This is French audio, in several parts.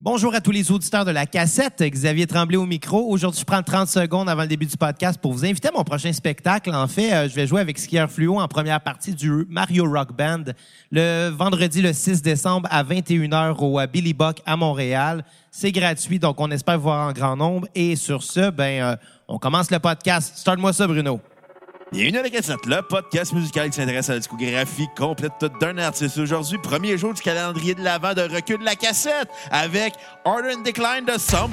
Bonjour à tous les auditeurs de la cassette. Xavier Tremblay au micro. Aujourd'hui, je prends 30 secondes avant le début du podcast pour vous inviter à mon prochain spectacle. En fait, euh, je vais jouer avec Skieur Fluo en première partie du Mario Rock Band le vendredi le 6 décembre à 21h au euh, Billy Buck à Montréal. C'est gratuit, donc on espère vous voir en grand nombre. Et sur ce, ben, euh, on commence le podcast. Start-moi ça, Bruno. Bienvenue à la cassette, le podcast musical qui s'intéresse à la discographie complète d'un artiste. Aujourd'hui, premier jour du calendrier de l'avant de recul de la cassette avec Order and Decline de Sum 41.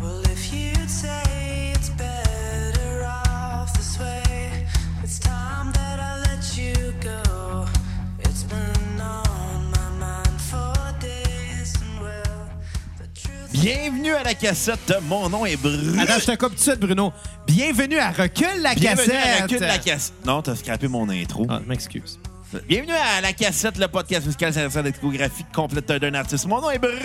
Well, if you'd say it's better off this way, it's time that I let you go. It's been on my mind for days, and well, the truth. Bienvenue à la cassette, mon nom est Bruno. Attends, je te coupe tout de suite, Bruno. Bienvenue à Recul la Bienvenue cassette. à la queue de la cassette. Non, t'as scrappé mon intro. Ah, je m'excuse. Bienvenue à la cassette, le podcast musical qui s'intéresse à la discographie complète d'un artiste. Mon nom est Bruno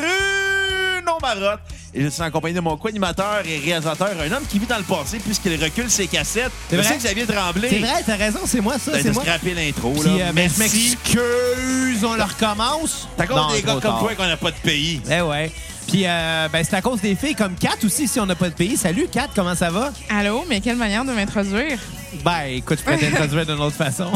Marotte et je suis en compagnie de mon co-animateur et réalisateur, un homme qui vit dans le passé puisqu'il recule ses cassettes. C'est vrai? Monsieur Xavier Tremblay. C'est vrai, t'as raison, c'est moi ça, Ben, c'est T'as moi. scrappé l'intro, Puis, là. euh, ben, je Merci. m'excuse, on le hein, recommence. T'as Non, contre des trop gars comme tard. toi qu'on n'a pas de pays. Eh ouais. Puis euh, ben, c'est à cause des filles comme Kat aussi, si on n'a pas de pays. Salut Kat, comment ça va? Allô, mais quelle manière de m'introduire? Ben écoute, je peux t'introduire d'une autre façon.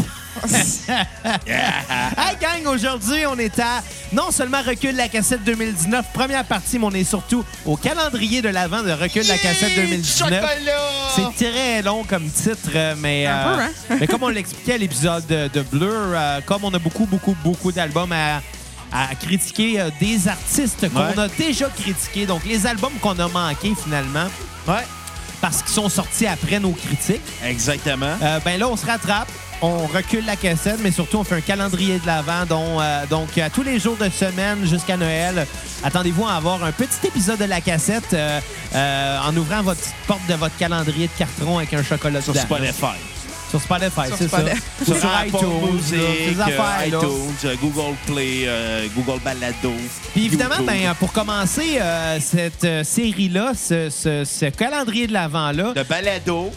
hey gang, aujourd'hui on est à non seulement Recul de la cassette 2019, première partie, mais on est surtout au calendrier de l'avant de Recul de la cassette 2019. Chocolat! C'est très long comme titre, euh, mais, Un peu, hein? mais comme on l'expliquait à l'épisode de, de Blur, euh, comme on a beaucoup, beaucoup, beaucoup d'albums à, à critiquer, euh, des artistes qu'on Ouais. a déjà critiqués, donc les albums qu'on a manqués finalement, Ouais, parce qu'ils sont sortis après nos critiques, exactement. euh, ben là, on se rattrape. On recule la cassette, mais surtout, on fait un calendrier de l'avant. dont, euh, donc, à tous les jours de semaine jusqu'à Noël, attendez-vous à avoir un petit épisode de la cassette euh, euh, en ouvrant votre petite porte de votre calendrier de carton avec un chocolat Sur dedans. Spotify. Sur Spotify, Sur c'est ça. Spotify. Sur Apple iTunes, Music, là, ces euh, affaires, là. iTunes, euh, Google Play, euh, Google Balado. Puis évidemment, YouTube. ben, pour commencer euh, cette euh, série-là, ce, ce- ce calendrier de l'avant-là, Le balado.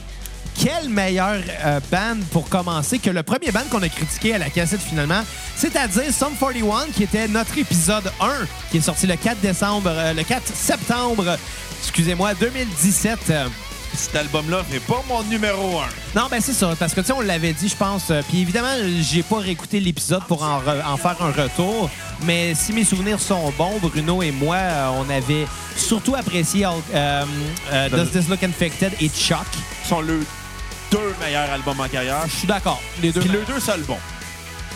quelle meilleure euh, band pour commencer que le premier band qu'on a critiqué à la cassette finalement, c'est-à-dire Sum 41 qui était notre épisode 1 qui est sorti le 4 décembre euh, le 4 septembre excusez-moi 2017. euh, Cet album-là n'est pas mon numéro un. non, ben c'est ça, parce que tu sais, on l'avait dit, je pense. euh, Puis évidemment, j'ai pas réécouté l'épisode pour en, re- en faire un retour. Mais si mes souvenirs sont bons, Bruno et moi, euh, on avait surtout apprécié euh, euh, Does This Look Infected et Chuck. Ce sont les deux meilleurs albums en carrière. Je suis d'accord. Les deux. Puis les deux seuls bons.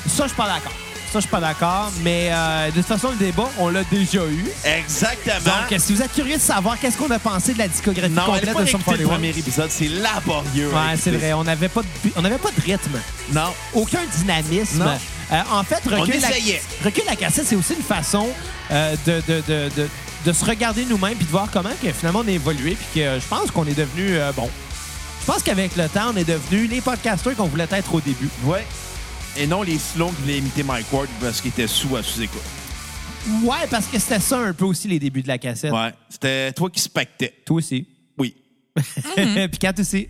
Ça, je suis pas d'accord. Ça, je suis pas d'accord. Mais euh, de toute façon, le débat, on l'a déjà eu. Exactement. Donc, si vous êtes curieux de savoir qu'est-ce qu'on a pensé de la discographie non, allez complète pas de Sum écouter le 41. premier épisode, c'est laborieux. à Ouais, c'est écouter. vrai. On n'avait pas, de bu- on avait pas de rythme. Non. aucun dynamisme. Non. Euh, en fait, On recul essayait. la, recul la cassette, c'est aussi une façon euh, de, de, de, de, de se regarder nous-mêmes puis de voir comment que, finalement on a évolué puis que euh, je pense qu'on est devenu euh, bon. Je pense qu'avec le temps, on est devenu les podcasteurs qu'on voulait être au début. Ouais. Et non les slogans qui voulaient imiter Mike Ward parce qu'il était sous à sous-écoute. Ouais, parce que c'était ça un peu aussi les débuts de la cassette. Ouais. C'était toi qui se pactais. Toi aussi. Oui. Mm-hmm. puis Kat aussi.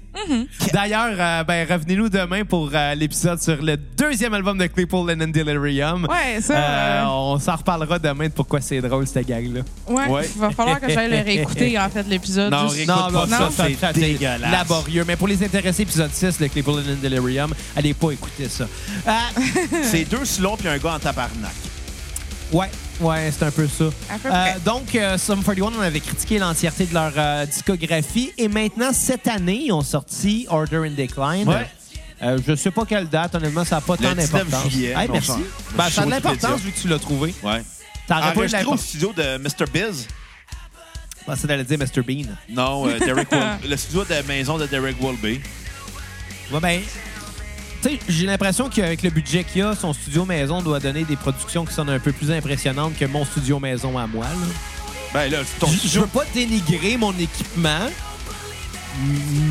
D'ailleurs, euh, ben, revenez-nous demain pour euh, l'épisode sur le deuxième album de Claypool Lennon Delirium. Ouais, ça, Euh, euh, on s'en reparlera demain de pourquoi c'est drôle, cette gang-là. Ouais, Ouais. il va falloir que j'aille le réécouter, en fait, l'épisode. Non, Juste- réécoute pas ça, ça, c'est ça, dégueulasse. Laborieux. Mais pour les intéressés, épisode 6, le Claypool and Delirium, allez pas écouter ça. Euh, c'est deux slogans puis un gars en tabarnak. ouais, ouais, c'est un peu ça. À peu près. donc, euh, Sum 41, on avait critiqué l'entièreté de leur euh, discographie. Et maintenant, cette année, ils ont sorti Order in Decline. Ouais. Euh, je sais pas quelle date, honnêtement, ça n'a pas Le tant 19 d'importance. juillet, Hey, on merci. s'en- Ben, ça a de sur l'importance Wikipédia. vu que tu l'as trouvé. Ouais. T'aurais pas eu de Enregistré au l'importance. studio de Mr. Biz. Je pensais d'aller dire Mr. Bean. Non, euh, Derek Wol- le studio de la maison de Derek Wolby. Ouais, ben, tu sais, j'ai l'impression qu'avec le budget qu'il a, son studio maison doit donner des productions qui sont un peu plus impressionnantes que mon studio maison à moi. là. Ben là, ton Je je veux pas dénigrer mon équipement,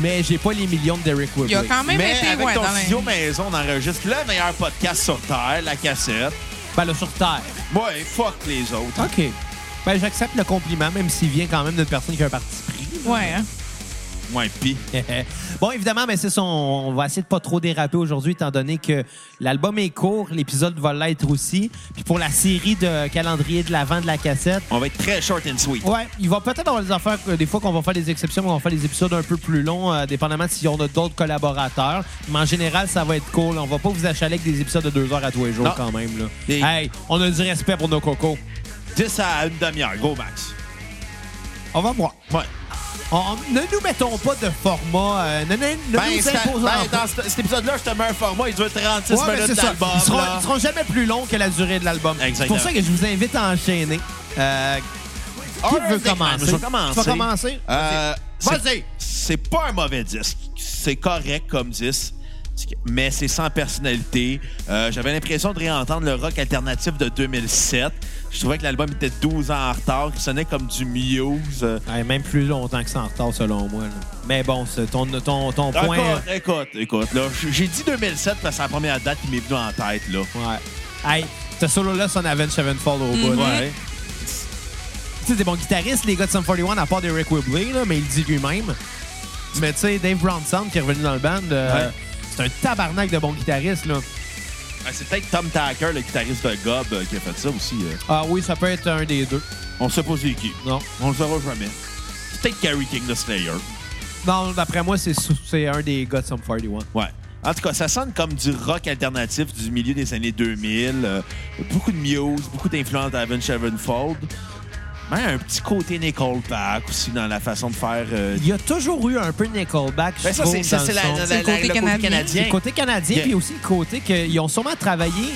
mais j'ai pas les millions de Derek Woodley. Il a quand même Mais été, avec ouais, ton dans les- studio maison, on enregistre le meilleur podcast sur Terre, la cassette. Ben là, sur Terre. Ouais, fuck les autres. OK. Ben, j'accepte le compliment, même s'il vient quand même d'une personne qui a un parti pris. Ouais, hein. Ouais, pis. bon, évidemment, ben, c'est ça. On on va essayer de pas trop déraper aujourd'hui, étant donné que l'album est court, l'épisode va l'être aussi. Puis pour la série de calendrier de l'avant de la cassette, On va être très short and sweet. Ouais, il va peut-être avoir des affaires, euh, des fois qu'on va faire des exceptions, qu'on va faire des épisodes un peu plus longs, euh, dépendamment si on a d'autres collaborateurs. Mais en général, ça va être cool. On va pas vous achaler avec des épisodes de deux heures à tous les jours Non. quand même. Là. Et- Hey, on a du respect pour nos cocos. 10 à une demi-heure, gros max. On va voir. Ouais. On- on- ne nous mettons pas de format. euh, ne ne- ne Ben, nous c'est- imposons ben, pas. dans cet, cet épisode-là, je te mets un format, il dure 36 Ouais, mais minutes c'est ça. d'album. Ils seront, là. ils seront jamais plus longs que la durée de l'album. C'est Exactement. pour ça que je vous invite à enchaîner. Euh, qui Alright, veut Nick, commencer? Je vais commencer. Tu vas commencer? Euh, Vas-y. c'est- C'est pas un mauvais disque. C'est correct comme disque, mais c'est sans personnalité. Euh, J'avais l'impression de réentendre le rock alternatif de 2007. Je trouvais que l'album était 12 ans en retard, qui sonnait comme du Muse. Euh, Ouais, même plus longtemps que ça en retard, selon moi. là. Mais bon, c'est ton, ton, ton point. Écoute, écoute, écoute. là, j- J'ai dit 2007 parce que c'est la première date qui m'est venue en tête. Là. euh, Ouais. Hey, ce solo-là son Avenge Sevenfold au bout. Ouais. Tu sais, des bons guitaristes, les gars de Sum 41, à part Derek Whibley, là, mais il le dit lui-même. Mais tu sais, Dave Brownson, qui est revenu dans le band, euh, Ouais. c'est un tabarnak de bons guitaristes. Là. Ah, C'est peut-être Tom Tacker, le guitariste de Gob, euh, qui a fait ça aussi. euh. Ah oui, ça peut être un des deux. On sait pas c'est qui. Non. On le saura jamais. C'est peut-être Carrie King de Slayer. Non, d'après moi, c'est sou- c'est un des gars de Sum 41. Ouais. En tout cas, ça sonne comme du rock alternatif du milieu des années 2000. euh, beaucoup de Muse, beaucoup d'influence d'Avin Sevenfold. Mais un petit côté Nickelback aussi dans la façon de faire. euh, Il y a toujours eu un peu de Nickelback. je Ben ça, c'est trouve, ça, dans c'est le la- son. la- C'est le la- le côté côté canadien. C'est canadien. le côté canadien, Yeah. puis aussi le côté qu'ils ont sûrement travaillé,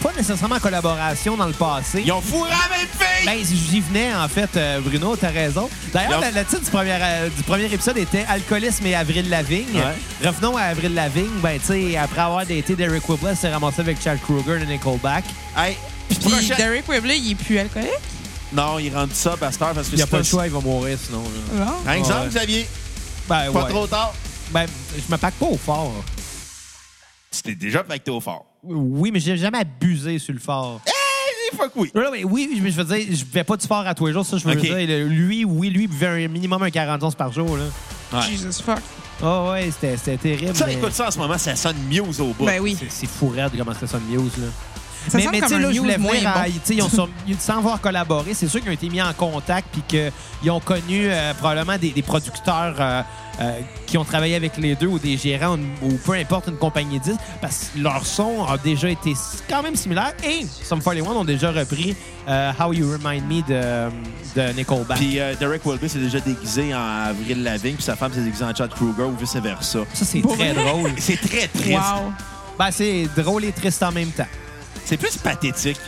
pas nécessairement en collaboration dans le passé. Ils ont fourré la même fille! Ben, j'y venais, en fait, euh, Bruno, t'as raison. D'ailleurs, Ils ont- le, le titre du premier, euh, du premier épisode était Alcoolisme et Avril Lavigne. Ouais. Revenons à Avril Lavigne. Ben, tu sais, après avoir daté Derek Whipple, s'est ramassé avec Chad Kruger de Nickelback. Hey, Puis prochaine- Derek Webley, il est plus alcoolique. Non, ils rendent ça, Pasteur, parce que Il n'y a c'est pas le choix, il va mourir sinon. là. Bon. Par exemple, Ouais. Xavier, Ben, pas ouais. trop tard. Ben, je me pack pas au fort. C'était déjà pacté au fort. Oui, mais j'ai jamais abusé sur le fort. Hey, fuck oui! Non, non, mais oui, mais je veux dire, je vais pas du fort à tous les jours, ça, je veux Ok. dire. Le- Lui, oui, lui, il buvait un minimum un 40 onces par jour, là. Ouais. Jesus fuck. Oh, ouais, c'était c'était terrible. Ça, mais écoute ça en ce moment, ça sonne Muse au bout. Ben oui. c'est- C'est fou raide de comment c'était ça, une Muse, là. Ça mais semble mais tu comme sais, un là, je news voulais moins venir bon. à- tu sais, ils ont sur- ils- sans avoir collaboré, c'est sûr qu'ils ont été mis en contact puis qu'ils ont connu euh, probablement des, des producteurs euh, euh, qui ont travaillé avec les deux ou des gérants ou, ou peu importe une compagnie de disques parce que leur son a déjà été s- quand même similaire et Some 41 ont déjà repris euh, How You Remind Me de, de Nickelback. Puis euh, Derek Wilby s'est déjà déguisé en Avril Lavigne, puis sa femme s'est déguisée en Chad Kruger ou vice-versa. ça, c'est Pour très vrai? drôle. C'est très triste. Wow. Ben, c'est drôle et triste en même temps. C'est plus pathétique.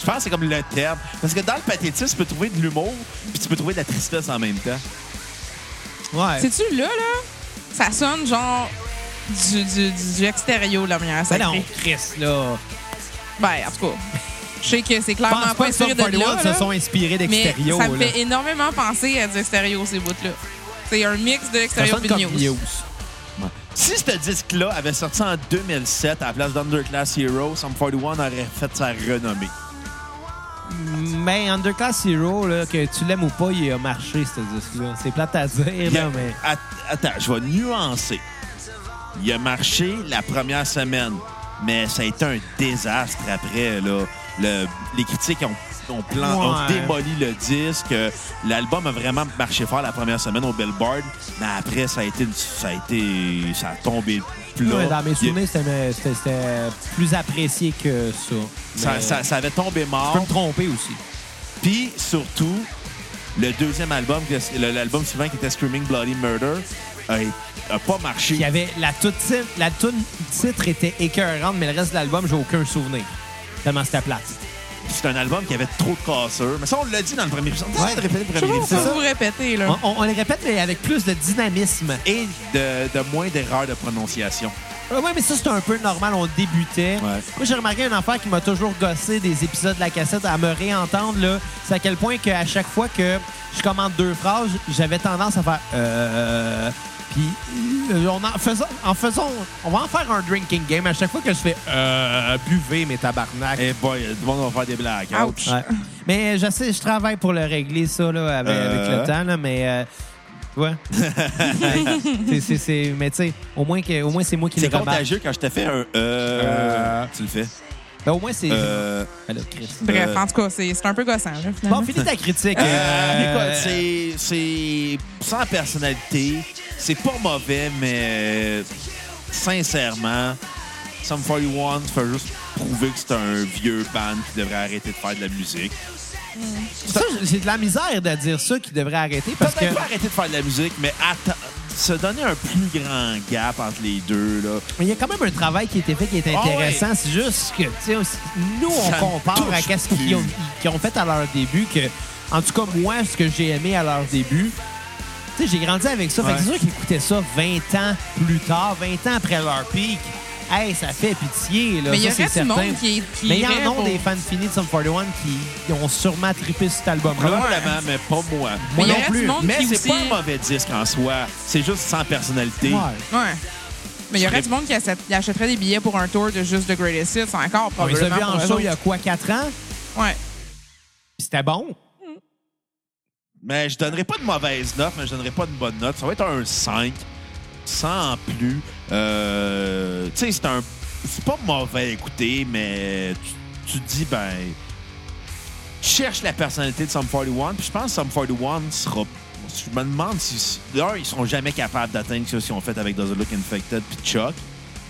Je pense que c'est comme le terme. Parce que dans le pathétisme, tu peux trouver de l'humour, puis tu peux trouver de la tristesse en même temps. Ouais. C'est-tu là, là? Ça sonne genre du, du, du, du extérieur, la manière Ben sacrée. non, Chris, là. Ben, en tout cas, je sais que c'est Pense clairement pas Ah, pas que Sum inspiré de 41 là, là, se sont inspirés mais d'Extérieur. ça me là. fait énormément penser à du extérieur, ces bouts-là. C'est un mix de Ça l'extérieur sonne et comme de news. Muse. Si ce disque-là avait sorti en 2007 à la place d'Underclass Hero, Sum 41 aurait fait sa renommée. Mais Underclass Hero, là, que tu l'aimes ou pas, il a marché, ce disque-là. C'est plate à dire, Il a- là, mais... Att- Attends, je vais nuancer. Il a marché la première semaine, mais ça a été un désastre après. Là. Le- les critiques ont, ont, plan- ont Ouais. démoli le disque. Euh, L'album a vraiment marché fort la première semaine au Billboard, mais après, ça a été, une- ça a, été, ça a tombé plat. Ouais, dans mes Il- souvenirs, c'était- c'était c'était plus apprécié que ça. ça, Mais ça- ça avait tombé Je mort. peux me tromper aussi. Puis surtout, le deuxième album, que- le- l'album suivant qui était Screaming Bloody Murder, a, a pas marché. Il y avait... La toute titre, la toute titre était écœurante, mais le reste de l'album, j'ai aucun souvenir. Tellement c'était plate. C'est un album qui avait trop de casseurs. Mais ça, on l'a dit dans le premier épisode. Ouais. Ouais, de répéter le Je sais premier pas épisode. pourquoi ça. Hein? vous répétez, Hein? là. On, on- on les répète, mais avec plus de dynamisme. Et de, de moins d'erreurs de prononciation. Oui, mais ça, c'était un peu normal. On débutait. Ouais. Moi, j'ai remarqué une affaire qui m'a toujours gossé des épisodes de la cassette à me réentendre. là. C'est à quel point que à chaque fois que je commande deux phrases, j'avais tendance à faire... Euh... Puis, euh, on en, faisons, en faisons... On va en faire un drinking game. À chaque fois que je fais... Euh... Buvez, mes tabarnak. Eh boy, tout le monde va faire des blagues. hein. Ouch. Ouais. Mais je sais, je travaille pour le régler, ça, là, avec, Euh. avec le temps, là, mais... euh, tu vois? C'est- c'est- c'est- mais tu sais, au moins, que- au moins c'est moi qui le C'est remarque. contagieux quand je te fais un euh, Euh. Tu le fais. Ben, au moins, c'est. Euh, Allô, Chris. Bref, Euh. en tout cas, c'est c'est un peu gossant. Là, Bon, finalement. finis ta critique. Euh, Euh, écoute, c'est, c'est sans personnalité. C'est pas mauvais, mais euh, sincèrement, Sum 41 fait juste prouver que c'est un vieux band qui devrait arrêter de faire de la musique. Ça, j'ai de la misère de dire ça qui devrait arrêter parce que. Peut-être pas arrêter de faire de la musique, mais atta- se donner un plus grand gap entre les deux, là. Mais il y a quand même un travail qui a été fait qui est Ah ouais. intéressant. C'est juste que, tu sais, aussi, nous, on Ça me compare à touche quest ce qu'ils plus. ont, qu'ils ont fait à leur début, que, en tout cas, moi, ce que j'ai aimé à leur début, tu sais, j'ai grandi avec ça. Fait que Ouais. c'est sûr qu'ils écoutaient ça 20 ans plus tard, 20 ans après leur pic. Hey, ça fait pitié, là. Mais il y ça, c'est aurait du monde certain. qui, qui Mais il y irait en a pour- des fans finis de Sum 41 qui qui ont sûrement trippé sur cet album-là. Probablement, mais pas moi. Mais Moi il y non aurait plus. du monde Mais qui c'est aussi... pas un mauvais disque en soi. C'est juste sans personnalité. Ouais. Ouais. Mais il y aurait serais- du monde qui achète- qui achèterait des billets pour un tour de juste The Greatest Hits encore, On les a probablement. vus pour en eux show autres. il y a quoi, 4 ans? Ouais. Puis C'était bon. Mais je donnerai pas de mauvaise note, mais je donnerai pas de bonne note. Ça va être un 5, sans plus. Euh, tu sais, c'est un. C'est pas mauvais à écouter, mais tu, tu te dis, ben. Tu cherches la personnalité de Sum 41, puis je pense que Sum 41 sera. Je me demande si. D'ailleurs, ils seront jamais capables d'atteindre ce qu'ils ont fait avec Does It Look Infected puis Chuck.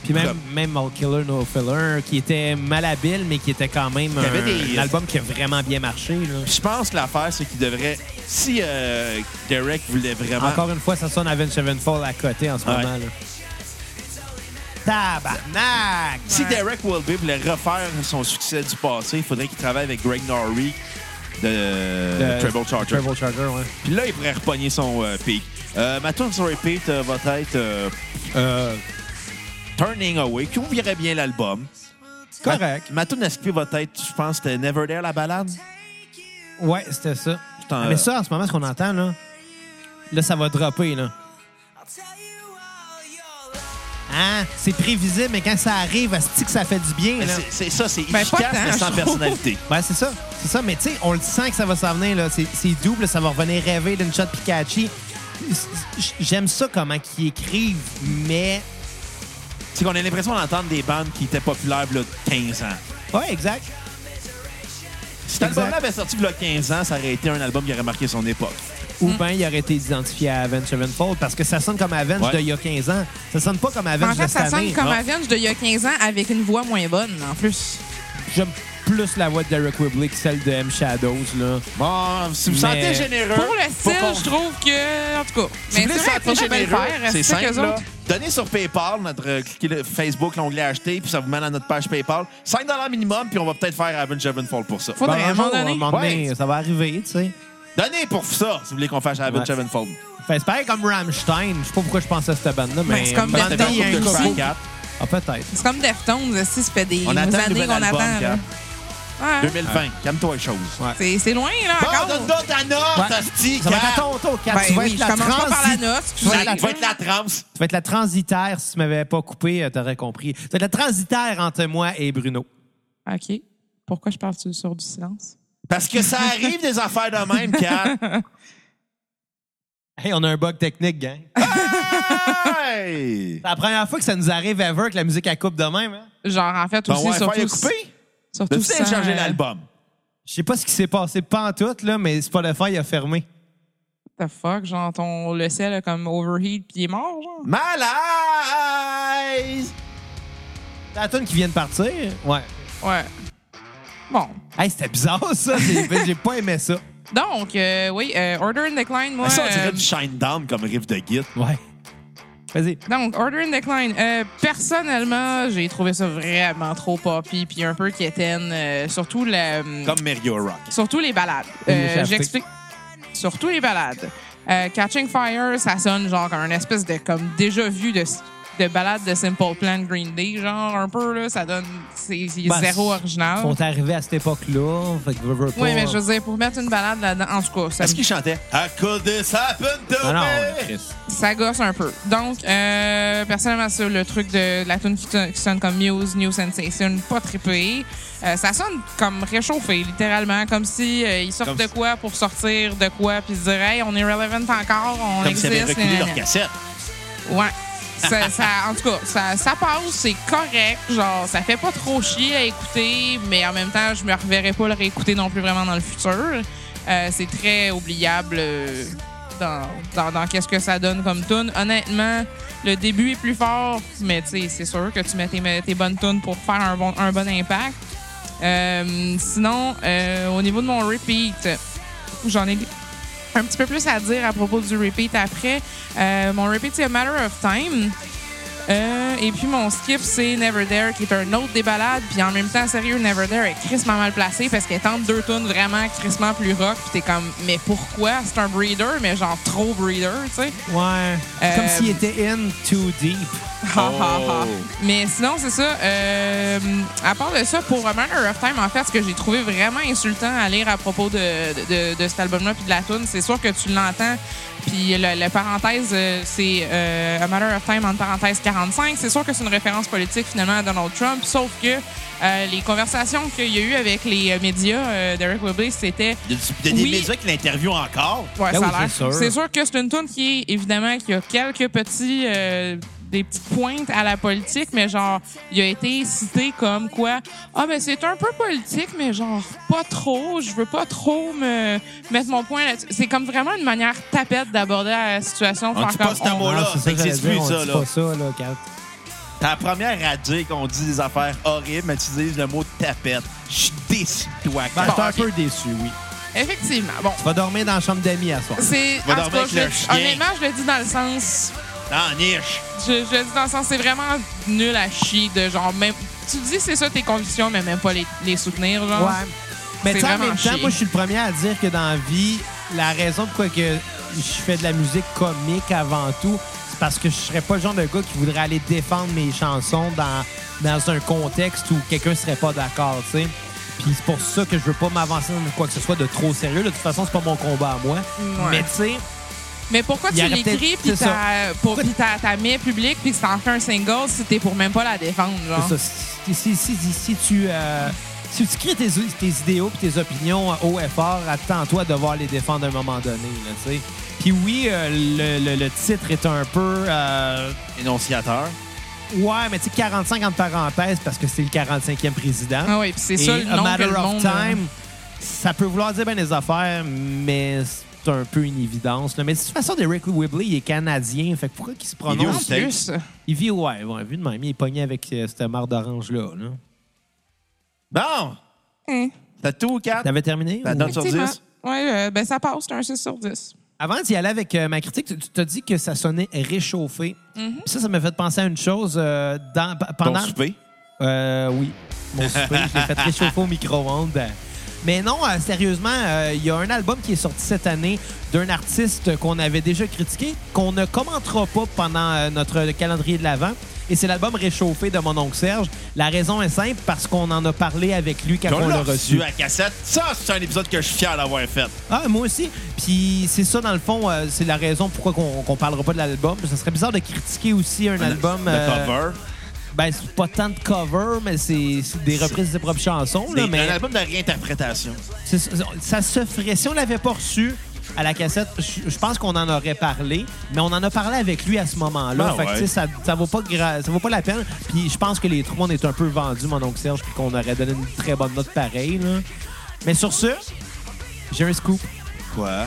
Puis même, Comme- même All Killer No Filler, qui était malhabile, mais qui était quand même y un, avait des- un album qui a vraiment bien marché. là. Puis je pense que l'affaire, c'est qu'ils devraient. Si euh, Derek voulait vraiment. Encore une fois, ça sonne Avenged Sevenfold à côté en ce Ah. Ouais. moment. Là. Tabarnak! Si Ouais. Derek Wilby voulait refaire son succès du passé, il faudrait qu'il travaille avec Greg Norrie de, Euh, Treble Charger. Treble Charger, ouais. Puis là, il pourrait repogner son euh, pic. Euh, ma tune sur repeat euh, va être euh, Euh, Turning Away, qui ouvrirait bien l'album. correct. Ma tune à skipper va être, je pense, c'était Never There, la balade. Ouais, c'était ça. Putain, Ah, euh, Mais ça, en ce moment, ce qu'on entend, là, là, ça va dropper, là. Hein? C'est prévisible, mais quand ça arrive, c'est que ça fait du bien, Mais là. c'est- C'est ça, c'est Ben, pas efficace, tant, mais je sans trouve. personnalité. Ouais, c'est ça. C'est ça, mais tu sais, on le sent que ça va s'en venir, là. C'est- C'est double, ça va revenir rêver d'une shot Pikachu. J'aime ça comment qu'ils écrivent, mais. C'est qu'on a l'impression d'entendre des bandes qui étaient populaires il y a 15 ans. Ouais, exact. Si cet album-là Exact. avait sorti il y a 15 ans, ça aurait été un album qui aurait marqué son époque. Ou Hmm. bien il aurait été identifié à Avenge Sevenfold parce que ça sonne comme Avenge Ouais. d'il y a 15 ans. Ça sonne pas comme En Avenge de fait, cette année. ça Ah. sonne comme non? Avenge d'il y a 15 ans avec une voix moins bonne, en plus. J'aime plus la voix de Derek Whibley que celle de M. Shadows, là. Bon, si vous Mais- sentez généreux... Pour le faut qu'on- style, je trouve que... En tout cas, Si vous voulez mais c'est vrai, sentir faudrait bien le généreux, faire. c'est ça simple. qu'eux là. autres- Donnez sur PayPal, notre, euh, cliquez le Facebook, l'onglet acheter, puis ça vous mène à notre page PayPal. 5 minimum, puis on va peut-être faire Avenge Fall pour ça. Faudrait Bon, à un moment Ben, jour, donné. Bah, moment donné, ça va arriver, tu sais. Donnez pour ça, si vous voulez qu'on fasse Avenge Ouais. Fall. Fait, c'est pareil comme Rammstein. Je sais pas pourquoi je pense à cette bande-là, mais. Ben, c'est comme à un moment Attends, C'était donné, un il y a groupe de un couple. coup. 44. Ah, peut-être. C'est comme Deftones, aussi, ça fait des On attend le années nouvel qu'on album, attend. là. Gab. Ouais. 2020, calme-toi les choses. Ouais. C'est c'est loin, là, Bon, encore. donne donc ta note, Ouais. hostie, Ça va être à Gab. ton tour, Kat. Ben tu vas oui, être je la commence pas par la transi- note. Tu vas être Ça la- va être la transe. Tu vas être la transitaire. Si tu m'avais pas coupé, tu aurais compris. Tu vas être la transitaire entre moi et Bruno. OK. Pourquoi je parle sur du silence? Parce que ça arrive des affaires de même, Kat. Hey, on a un bug technique, gang. Hey! C'est la première fois que ça nous arrive ever que la musique à coupe de même. hein. Genre, en fait, Ton aussi, Wi-Fi est surtout... coupé? Surtout T'as-tu sans, téléchargé euh, l'album? Je sais pas ce qui s'est passé, pas en tout, là, mais Spotify il a fermé. What the fuck? Genre, ton logiciel a comme overheat puis il est mort, genre? Malaise! C'est La tune qui vient de partir. Ouais. Ouais. Bon. Hey, c'était bizarre, ça. J'ai j'ai pas aimé ça. Donc, euh, oui, euh, Order and Decline, moi. Ah, Ça, on dirait euh, du Shine Down comme riff de Git. Ouais. Vas-y. donc, Order and Decline. euh, personnellement, j'ai trouvé ça vraiment trop poppy puis un peu quétaine. euh, surtout la. Comme Mario Rock. Surtout les balades. Une Euh, légèreté. J'explique. Surtout les balades. Euh, Catching Fire, ça sonne genre comme une espèce de comme déjà vu de de balade de Simple Plan Green Day, genre un peu, là, ça donne. C'est c'est Ben, zéro Ils original. sont arrivés à cette époque-là. Fait que veux, veux Oui, pas. mais je veux dire, pour mettre une balade là-dedans, en tout cas, ça, Est-ce qu'il chantait Ah How could this happen to Non, non, me? Chris. ça gosse un peu. Donc, euh, personnellement, sur le truc de la tune qui, ton- qui sonne comme Muse, New Sensation, pas trippé. Euh, ça sonne comme réchauffé, littéralement, comme si euh, ils sortent Comme de si- quoi pour sortir de quoi, puis se dire, hey, on est relevant encore, on Comme s'ils existe. avaient reculé nanana. leur cassette. Ouais. Ça, ça- en tout cas, ça, ça passe, c'est correct. Genre, ça fait pas trop chier à écouter, mais en même temps, je me reverrai pas le réécouter non plus vraiment dans le futur. Euh, c'est très oubliable euh, dans, dans, dans qu'est-ce que ça donne comme tune. Honnêtement, le début est plus fort, mais tu sais, c'est sûr que tu mets tes, tes bonnes tunes pour faire un bon, un bon impact. Euh, sinon, euh, au niveau de mon repeat, j'en ai un petit peu plus à dire à propos du repeat après. Euh, mon repeat, c'est A Matter of Time. Euh, et puis mon skip, c'est Never There, qui est un autre des balades. Puis en même temps, sérieux, Never There est crissement mal placé parce qu'elle tente deux tunes vraiment crissement plus rock. Puis t'es comme, mais pourquoi? C'est un breeder, mais genre trop breeder, tu sais. Ouais. Euh, Comme s'il était in too deep. Ha, ha, ha. Oh. Ah, Mais sinon, c'est ça. euh, à part de ça, pour A Matter of Time, en fait, ce que j'ai trouvé vraiment insultant à lire à propos de, de, de- de cet album-là puis de la tune, c'est sûr que tu l'entends. Puis la, la parenthèse, euh, c'est euh, A Matter of Time en parenthèse 45. C'est sûr que c'est une référence politique finalement à Donald Trump, sauf que euh, les conversations qu'il y a eu avec les euh, médias euh, d'Eric Webley, c'était Il y a du- il y a Oui. des médias qui l'interviewent encore. Ouais, Ben ça oui, a l'air. c'est sûr. C'est sûr que c'est une tune qui est évidemment qui a quelques petits euh, des petites pointes à la politique, mais genre il a été cité comme quoi ah ben c'est un peu politique, mais genre pas trop. Je veux pas trop me mettre mon point là-dessus. C'est comme vraiment une manière tapette d'aborder la situation. On Faire dit pas comme, c'est un on- mot. là, Ah, c'est ça que j'allais existe plus, dire, on ça, dit là. pas ça, là, Kat. T'es la première à dire qu'on dit des affaires horribles, mais tu dis le mot tapette. Je suis déçu de toi, Ben, Kat. j'étais un peu déçu, oui. Effectivement. Bon. Tu vas dormir dans la chambre d'amis à soir. C'est Va en dormir tout cas, avec je le- le chien. honnêtement, je le dis dans le sens Ah, niche. je, je le dis dans le sens, c'est vraiment nul à chier de genre même. Tu dis c'est ça tes convictions, mais même pas les, les soutenir, genre. Ouais. Mais C'est tu sais, en vraiment même temps, chier. moi, je suis le premier à dire que dans la vie, la raison pourquoi que je fais de la musique comique avant tout, c'est parce que je serais pas le genre de gars qui voudrait aller défendre mes chansons dans, dans un contexte où quelqu'un serait pas d'accord, tu sais. Puis c'est pour ça que je veux pas m'avancer dans quoi que ce soit de trop sérieux. là. De toute façon, c'est pas mon combat à moi. Ouais. Mais tu sais, Mais pourquoi Il y tu aurait l'écris peut-être- puis c'est t'as pour- puis t'as- t'as mis public puis que t'en fais un single si t'es pour même pas la défendre, genre. C'est ça. Si, si- si- si- si tu, euh, si tu crées tes, tes idéaux et tes opinions haut et fort, attends-toi de devoir les défendre à un moment donné. là, tu sais. Puis oui, euh, le, le- le titre est un peu... euh, Énonciateur. ouais, mais tu sais, 45 entre parenthèses parce que c'est le 45e président. Ah oui, puis c'est Et ça le A nom que Matter le of monde. hein. euh, Time, ça peut vouloir dire bien des affaires, mais c'est un peu une évidence. là. Mais de toute façon, Derek Whibley, il est canadien. Fait que pourquoi qu'il se Il est prononce? où? En plus, Il vit, ouais, ouais, vu de même. Il est pogné avec euh, cette marre d'orange-là. là Bon. Hein. T'as tout, Kat? T'avais terminé? Ta ou- note sur effectivement. 10? Ouais, euh, ben ça passe, c'est un 6 sur 10. Avant d'y aller avec euh, ma critique, tu- tu t'as dit que ça sonnait réchauffé. Puis Ça, ça m'a fait penser à une chose. euh, dans, p- Ton pendant... souper? Euh, oui, mon souper. je l'ai fait réchauffer au micro-ondes. Mais non, euh, sérieusement, euh, il y a un album qui est sorti cette année d'un artiste qu'on avait déjà critiqué, qu'on ne commentera pas pendant euh, notre calendrier de l'Avent. Et c'est l'album Réchauffé de mon oncle Serge. La raison est simple, parce qu'on en a parlé avec lui quand Qu'on on l'a l'a reçu. reçu à cassette. Ça, c'est un épisode que je suis fier d'avoir fait. Ah, moi aussi. Puis c'est ça, dans le fond, euh, c'est la raison pourquoi qu'on qu'on parlera pas de l'album. Ça serait bizarre de critiquer aussi un album. Le euh, cover. Ben, c'est pas tant de cover, mais c'est c'est des reprises de propres chansons. là, C'est mais un album de réinterprétation. c'est- c'est- ça se ferait. Si on l'avait pas reçu à la cassette, je je pense qu'on en aurait parlé, mais on en a parlé avec lui à ce moment-là. Ah fait que, ouais. tu sais, ça, ça vaut pas gra- ça vaut pas la peine. Puis je pense que les trois, on est un peu vendus, mon oncle Serge, puis qu'on aurait donné une très bonne note pareille. là. Mais sur ce, j'ai un scoop. Quoi?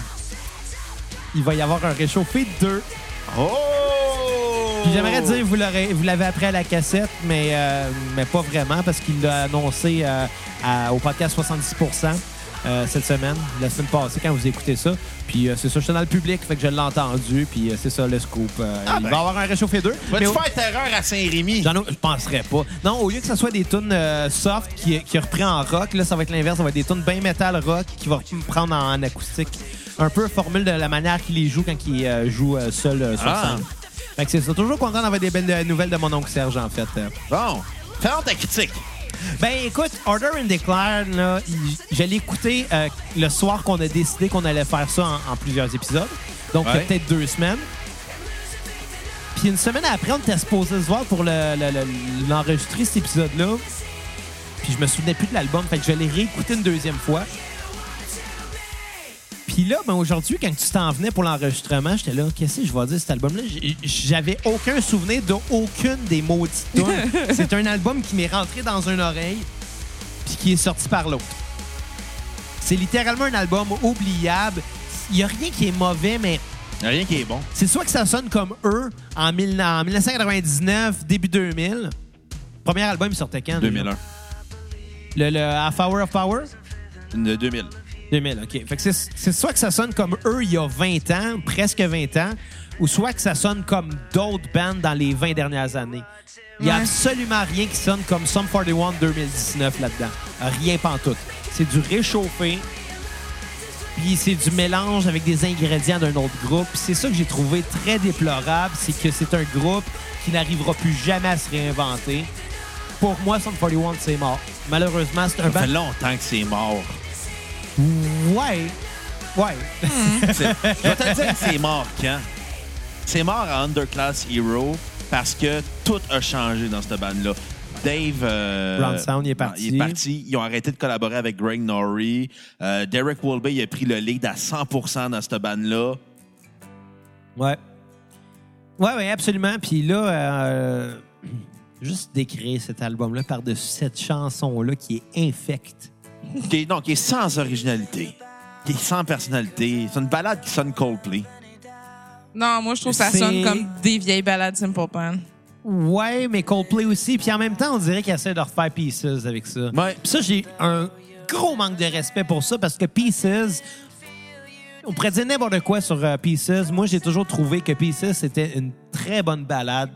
Il va y avoir un réchauffé 2. Oh! Puis J'aimerais dire vous l'aurez- vous l'avez appris à la cassette, mais, euh, mais pas vraiment parce qu'il l'a annoncé euh, à- au podcast 70 euh, cette semaine, la semaine passée, quand vous écoutez ça. Puis euh, c'est ça, j'étais dans le public, fait que je l'ai entendu, puis euh, c'est ça le scoop. Euh, Ah il ben. va y avoir un réchauffé 2. Vas-tu mais au- faire terreur à Saint-Rémy? J'en ai- je penserais pas. Non, au lieu que ça soit des tunes euh, soft qui, qui reprend en rock, là, ça va être l'inverse. Ça va être des tunes bien metal rock qui va prendre en, en acoustique. Un peu formule de la manière qu'il les joue quand il euh, joue euh, seul euh, sur Ah. scène. Fait que c'est ça. Toujours content d'avoir des belles euh, nouvelles de mon oncle Serge, en fait. Euh, Bon, faisons ta critique. Ben écoute, Order and Declare, là, il- je l'ai écouté euh, le soir qu'on a décidé qu'on allait faire ça en, en plusieurs épisodes. Donc il y a Ouais. peut-être deux semaines. Puis une semaine après, on était supposé se voir pour le- le- le- l'enregistrer cet épisode-là. Puis je me souvenais plus de l'album, fait que je l'ai réécouté une deuxième fois. Puis là, ben aujourd'hui, quand tu t'en venais pour l'enregistrement, j'étais là, qu'est-ce que je vais dire cet album-là? J- J'avais aucun souvenir de aucune des maudites tunes. C'est un album qui m'est rentré dans une oreille puis qui est sorti par l'autre. C'est littéralement un album oubliable. Il n'y a rien qui est mauvais, mais Y a Rien qui est bon. c'est soit que ça sonne comme eux en, mille- en 1999, début 2000. Premier album, il sortait quand? déjà? 2001. Le, le Half Hour of Power? De 2000. 2000, OK. Fait que c'est c'est soit que ça sonne comme eux il y a 20 ans, presque 20 ans, ou soit que ça sonne comme d'autres bandes dans les 20 dernières années. Il n'y a Ouais. absolument rien qui sonne comme Sum 41 2019 là-dedans. Rien pantoute. C'est du réchauffé, puis c'est du mélange avec des ingrédients d'un autre groupe. Puis C'est ça que j'ai trouvé très déplorable, c'est que c'est un groupe qui n'arrivera plus jamais à se réinventer. Pour moi, Sum 41, c'est mort. Malheureusement, c'est un Ça fait band... longtemps que c'est mort. Ouais! Ouais! C'est- Je vais te le dire que c'est mort quand? C'est mort à Underclass Hero parce que tout a changé dans cette bande-là. Dave euh, Brown Sound, il est parti. Il est parti. Ils ont arrêté de collaborer avec Greg Norrie. Euh, Derek Wolbe, il a pris le lead à 100 dans cette bande-là. Ouais. Ouais, ouais, absolument. Puis là, euh, juste décrire cet album-là par-dessus cette chanson-là qui est infecte. Qui est- non, qui est sans originalité. Qui est sans personnalité. C'est une balade qui sonne Coldplay. Non, moi, je trouve que ça C'est- sonne comme des vieilles balades Simple Plan. Ouais, mais Coldplay aussi. Puis en même temps, on dirait qu'ils essaient de refaire Pieces avec ça. Ouais. Puis ça, j'ai un gros manque de respect pour ça parce que Pieces, on pourrait dire n'importe quoi sur euh, Pieces. Moi, j'ai toujours trouvé que Pieces, c'était une très bonne balade,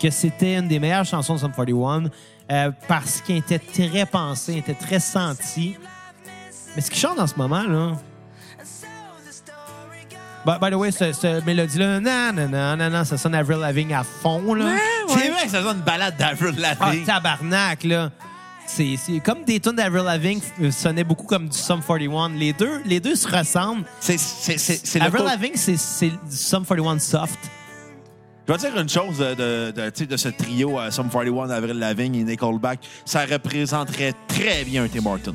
que c'était une des meilleures chansons de Sum 41 euh, parce qu'il était très pensé, il était très senti. Mais ce qu'il chante en ce moment, là, By, by the way, ce, ce mélodie-là, nan, nan, nan, nan, nan, ça sonne Avril Lavigne à fond, là. Ouais, C'est ouais. vrai que ça sonne une balade d'Avril Ah, Lavigne. tabarnak, là. C'est c'est comme des tunes d'Avril Lavigne euh, sonnaient beaucoup comme du Sum 41. Les deux, les deux se ressemblent. C'est- c'est- c'est c'est le Avril co- Lavigne, c'est c'est du Sum 41 soft. Je vais dire une chose de, de, de, tu sais, de ce trio euh, Sum 41, Avril Lavigne et Nickelback. Ça représenterait très bien un Tim Horton.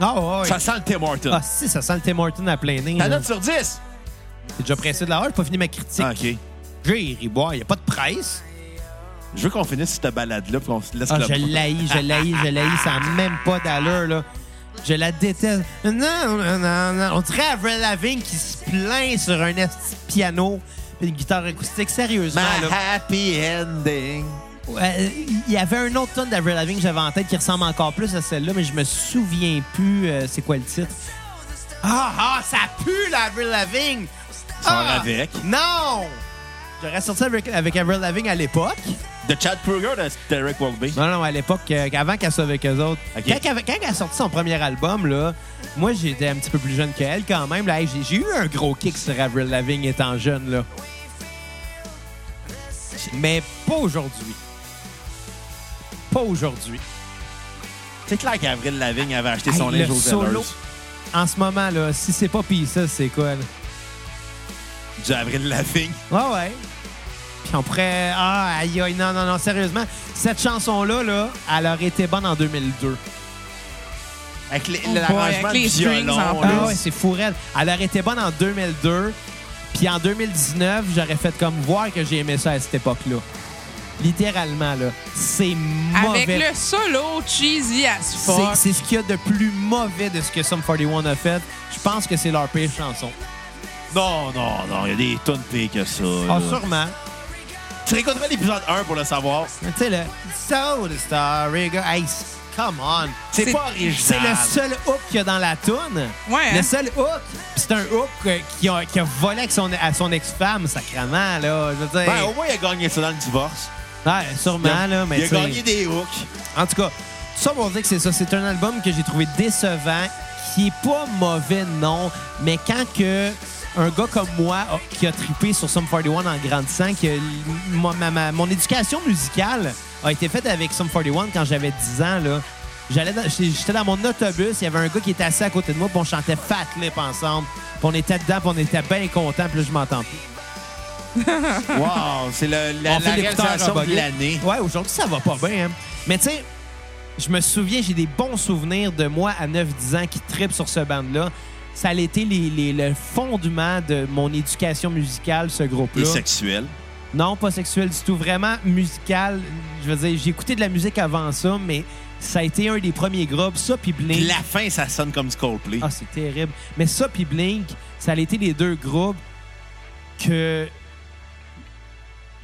Ah ouais, ouais. Ça sent le Tim Horton. Ah si, ça sent le Tim Horton à plein nez. La là. note sur 10! J'ai déjà pressé de la hora, j'ai pas fini ma critique. Ah, OK. J'ai ri boire, y a pas de presse. Je veux qu'on finisse cette balade-là puis qu'on se laisse Ah, le... je l'haïs, je l'haïs, je l'haïs. Ça n'a même pas d'allure, là. Je la déteste. Non, non, non, non. On dirait Avril Lavigne qui se plaint sur un esti de piano et une guitare acoustique. Sérieusement, My là. happy ending. Ouais, euh, Il y avait un autre tonne d'Avril Lavigne que j'avais en tête qui ressemble encore plus à celle-là, mais je me souviens plus euh, c'est quoi le titre. Ah, ah, ça pue, l'Avril Lavigne! Ah! Sors avec. Non! J'aurais sorti avec, avec Avril Lavigne à l'époque. De Chad Kruger de Derek Wolby. Non, non, à l'époque, euh, avant qu'elle soit avec eux autres. Ok. Quand, elle, quand elle a sorti son premier album, là, moi, j'étais un petit peu plus jeune qu'elle quand même. Là, Hey, j'ai, j'ai eu un gros kick sur Avril Lavigne étant jeune, là. Mais pas aujourd'hui. Pas aujourd'hui. C'est clair qu'Avril Lavigne avait acheté son Hey, linge le aux solo. Zellers. En ce moment, là, si c'est pas ça c'est quoi, là? Du Avril Lavigne. Ouais, ouais. Puis on pourrait... Ah, aïe, aïe, non, non, non, sérieusement. Cette chanson-là, là, elle aurait été bonne en 2002. Avec les- Oh boy, l'arrangement avec de les strings violon. en là. Ah ouais, c'est fourrel. Elle aurait été bonne en 2002. Puis en 2019, j'aurais fait comme voir que j'ai aimé ça à cette époque-là. Littéralement, là. C'est mauvais. Avec le solo cheesy as C'est- fuck. C'est ce qu'il y a de plus mauvais de ce que Sum 41 a fait. Je pense que c'est leur pire chanson. Non, non, non. Il y a des tonnes pires que ça. Ah, là. sûrement. Tu réécouteras l'épisode 1 pour le savoir. Mais Tu sais, le So the Starry Girl. Hey, c- come on. C'est C'est- pas original. C'est le seul hook qu'il y a dans la toune. Ouais, Le hein? seul hook. Puis C'est un hook euh, qui a, qui a volé avec son- à son ex-femme, sacrament, là. Je veux dire. Ben, au moins, il a gagné ça dans le divorce. Ouais, sûrement, là, mais il a tu sais- gagné des hooks. En tout cas, ça pour dire que c'est ça. C'est un album que j'ai trouvé décevant, qui est pas mauvais, non, mais quand que un gars comme moi oh, qui a tripé sur Sum 41 en grandissant, que l- moi, ma- ma- mon éducation musicale a été faite avec Sum 41 quand j'avais 10 ans. là. J'allais dans- j'étais- J'étais dans mon autobus, il y avait un gars qui était assis à côté de moi, puis on chantait Fat Lip ensemble. Puis on était dedans, puis on était bien contents, puis là, je m'entends plus. Wow, c'est le- la, On la fait l'écouteur réalisation à de Boguet. l'année. Ouais, aujourd'hui, ça va pas bien. hein. Mais tu sais, je me souviens, j'ai des bons souvenirs de moi à 9-10 ans qui tripe sur ce band-là. Ça a été les- les- le fondement de mon éducation musicale, ce Et groupe-là. sexuel. Non, pas sexuel du tout, vraiment musical. Je veux dire, j'ai écouté de la musique avant ça, mais ça a été un des premiers groupes. Ça, puis Blink. La fin, ça sonne comme du Coldplay. Ah, c'est terrible. Mais ça, puis Blink, ça a été les deux groupes que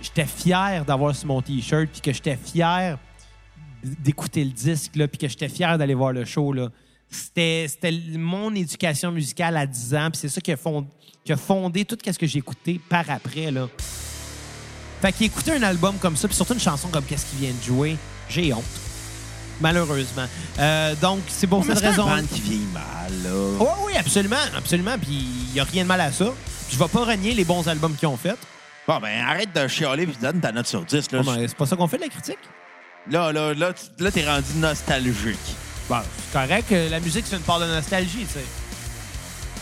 j'étais fier d'avoir sur mon T-shirt, puis que j'étais fier d'écouter le disque, là, puis que j'étais fier d'aller voir le show. Là. C'était, c'était mon éducation musicale à 10 ans, puis c'est ça qui a, fond- qui a fondé tout ce que j'ai écouté par après. Là. Fait qu'écouter un album comme ça, puis surtout une chanson comme Qu'est-ce qui vient de jouer, j'ai honte. Malheureusement. Euh, donc, c'est pour cette c'est raison. une bande qui vieillit mal, là. Oh, Oui, oui, absolument, absolument. Puis il n'y a rien de mal à ça. Je vais pas renier les bons albums qu'ils ont fait. Bon, ben, arrête de chialer puis donne ta note sur 10. Là, Oh, mais c'est pas ça qu'on fait de la critique. là, là, là, tu- là, t'es rendu nostalgique. Bon, c'est correct. euh, La musique, c'est une part de nostalgie, tu sais.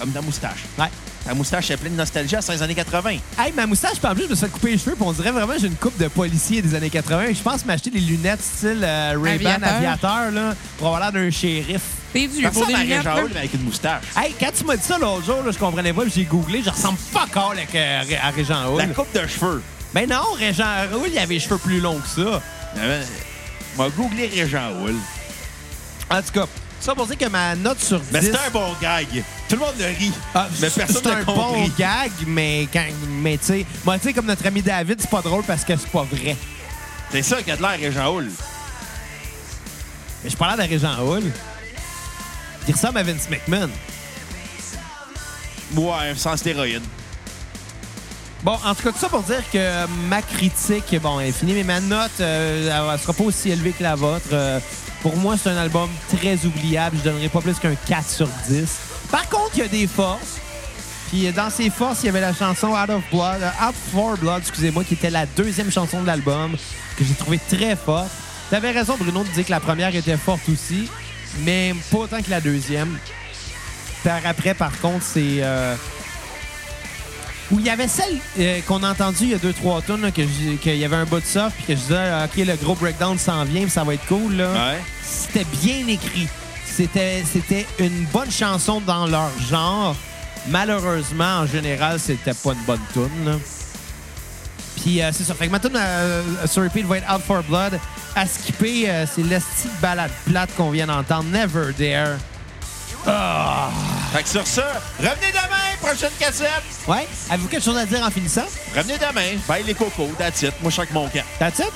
Comme ta moustache. Ouais. Ta moustache est pleine de nostalgie à 5 années 80. Hey, ma moustache, puis en plus, je me suis fait couper les cheveux, puis on dirait vraiment que j'ai une coupe de policier des années 80. Je pense m'acheter des lunettes style euh, Ray-Ban Aviateur. aviateur, là, pour avoir l'air d'un shérif. T'es dû Comme ça, pour des Marie lunettes. là. Jaoul, mais avec une moustache. Hey, quand tu m'as dit ça l'autre jour, là, je comprenais pas, puis j'ai googlé, je ressemble fuck all avec, euh, à Régent La Houle. coupe de cheveux. Ben non, Régent Houle, il avait les cheveux plus longs que ça. Euh, M'a googlé Régent Houle. En tout cas, ça pour dire que ma note sur 10... Mais c'était un bon gag. Tout le monde le rit. Ah, mais c'est- personne c'est n'a un compris. bon gag, mais quand, mais tu sais, moi tu sais comme notre ami David, c'est pas drôle parce que c'est pas vrai. C'est ça qui a de l'air Régent Houle. Mais je parlais de Régent Hall. Il ressemble à Vince McMahon. Ouais, sans stéroïdes. Bon, en tout cas, tout ça pour dire que euh, ma critique, bon, elle est finie, mais ma note, euh, elle, elle sera pas aussi élevée que la vôtre. Euh, pour moi, c'est un album très oubliable. Je donnerai pas plus qu'un 4 sur 10. Par contre, il y a des forces. Puis euh, dans ses forces, il y avait la chanson Out of Blood, euh, Out for Blood, excusez-moi, qui était la deuxième chanson de l'album, que j'ai trouvée très forte. T'avais raison, Bruno, de dire que la première était forte aussi, mais pas autant que la deuxième. Par après, par contre, c'est... euh, où il y avait celle euh, qu'on a entendue il y a deux, trois tonnes, qu'il y avait un bout de soft, puis que je disais, ah, OK, le gros breakdown s'en vient, puis ça va être cool. Là. Ouais. C'était bien écrit. C'était, c'était une bonne chanson dans leur genre. Malheureusement, en général, c'était pas une bonne tune. là. Puis euh, c'est ça. Fait que ma tune euh, sur repeat va être Out for Blood. À skipper, euh, c'est l'esti de balade plate qu'on vient d'entendre. Never Dare. Fait que sur ça, revenez demain, prochaine cassette. Ouais. Avez-vous quelque chose à dire en finissant? Revenez demain. Bye les cocos, that's it. Moi, je suis avec mon camp. That's it?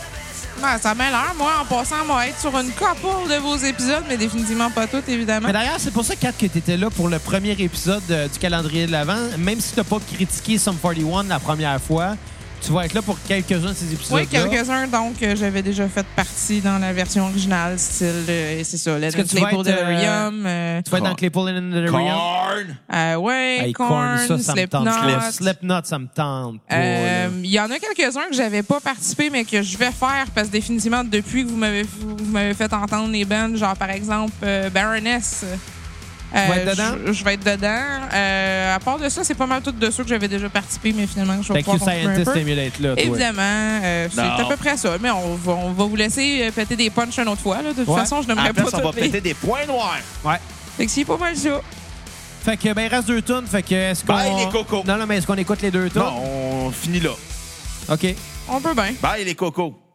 Ouais, ça m'a l'air. Moi, en passant, on va être sur une couple de vos épisodes, mais définitivement pas toutes, évidemment. Mais d'ailleurs, c'est pour ça, Kat, que tu étais là pour le premier épisode euh, du calendrier de l'Avent. Même si tu pas critiqué Sum 41 la première fois, tu vas être là pour quelques-uns de ces épisodes. Oui, quelques-uns, donc, euh, j'avais déjà fait partie dans la version originale, style, euh, c'est ça, Let's que tu vas Play pour être, euh, Delirium. euh, Tu vas être dans Claypool and the Real. Corn. euh, ouais, Korn, Slipknot. Slip- Slipknot, ça me tente. pas, Euh, là. Il y en a quelques-uns que j'avais pas participé, mais que je vais faire parce que définitivement, depuis que vous m'avez vous m'avez fait entendre les bands, genre par exemple euh, Baroness. euh, vas être dedans? je- Je vais être dedans. Euh, à part de ça, c'est pas mal toutes de ceux que j'avais déjà participé, mais finalement, que je vais Fait que pouvoir Q continuer un Scientist peu. Emulate, là, toi. Évidemment, euh, c'est Non. à peu près ça. Mais on va, on va vous laisser euh, péter des punchs une autre fois. là. De toute Ouais. façon, je À n'aimerais la pas place, on va toutes les- péter des points noirs. Ouais. Fait que c'est pas mal ça. Fait que, ben, il reste deux tunes. Fait que, est-ce qu'on. Bye, les cocos. Non, non, mais est-ce qu'on écoute les deux tunes? Non, on finit là. OK. On peut bien. Bye les cocos.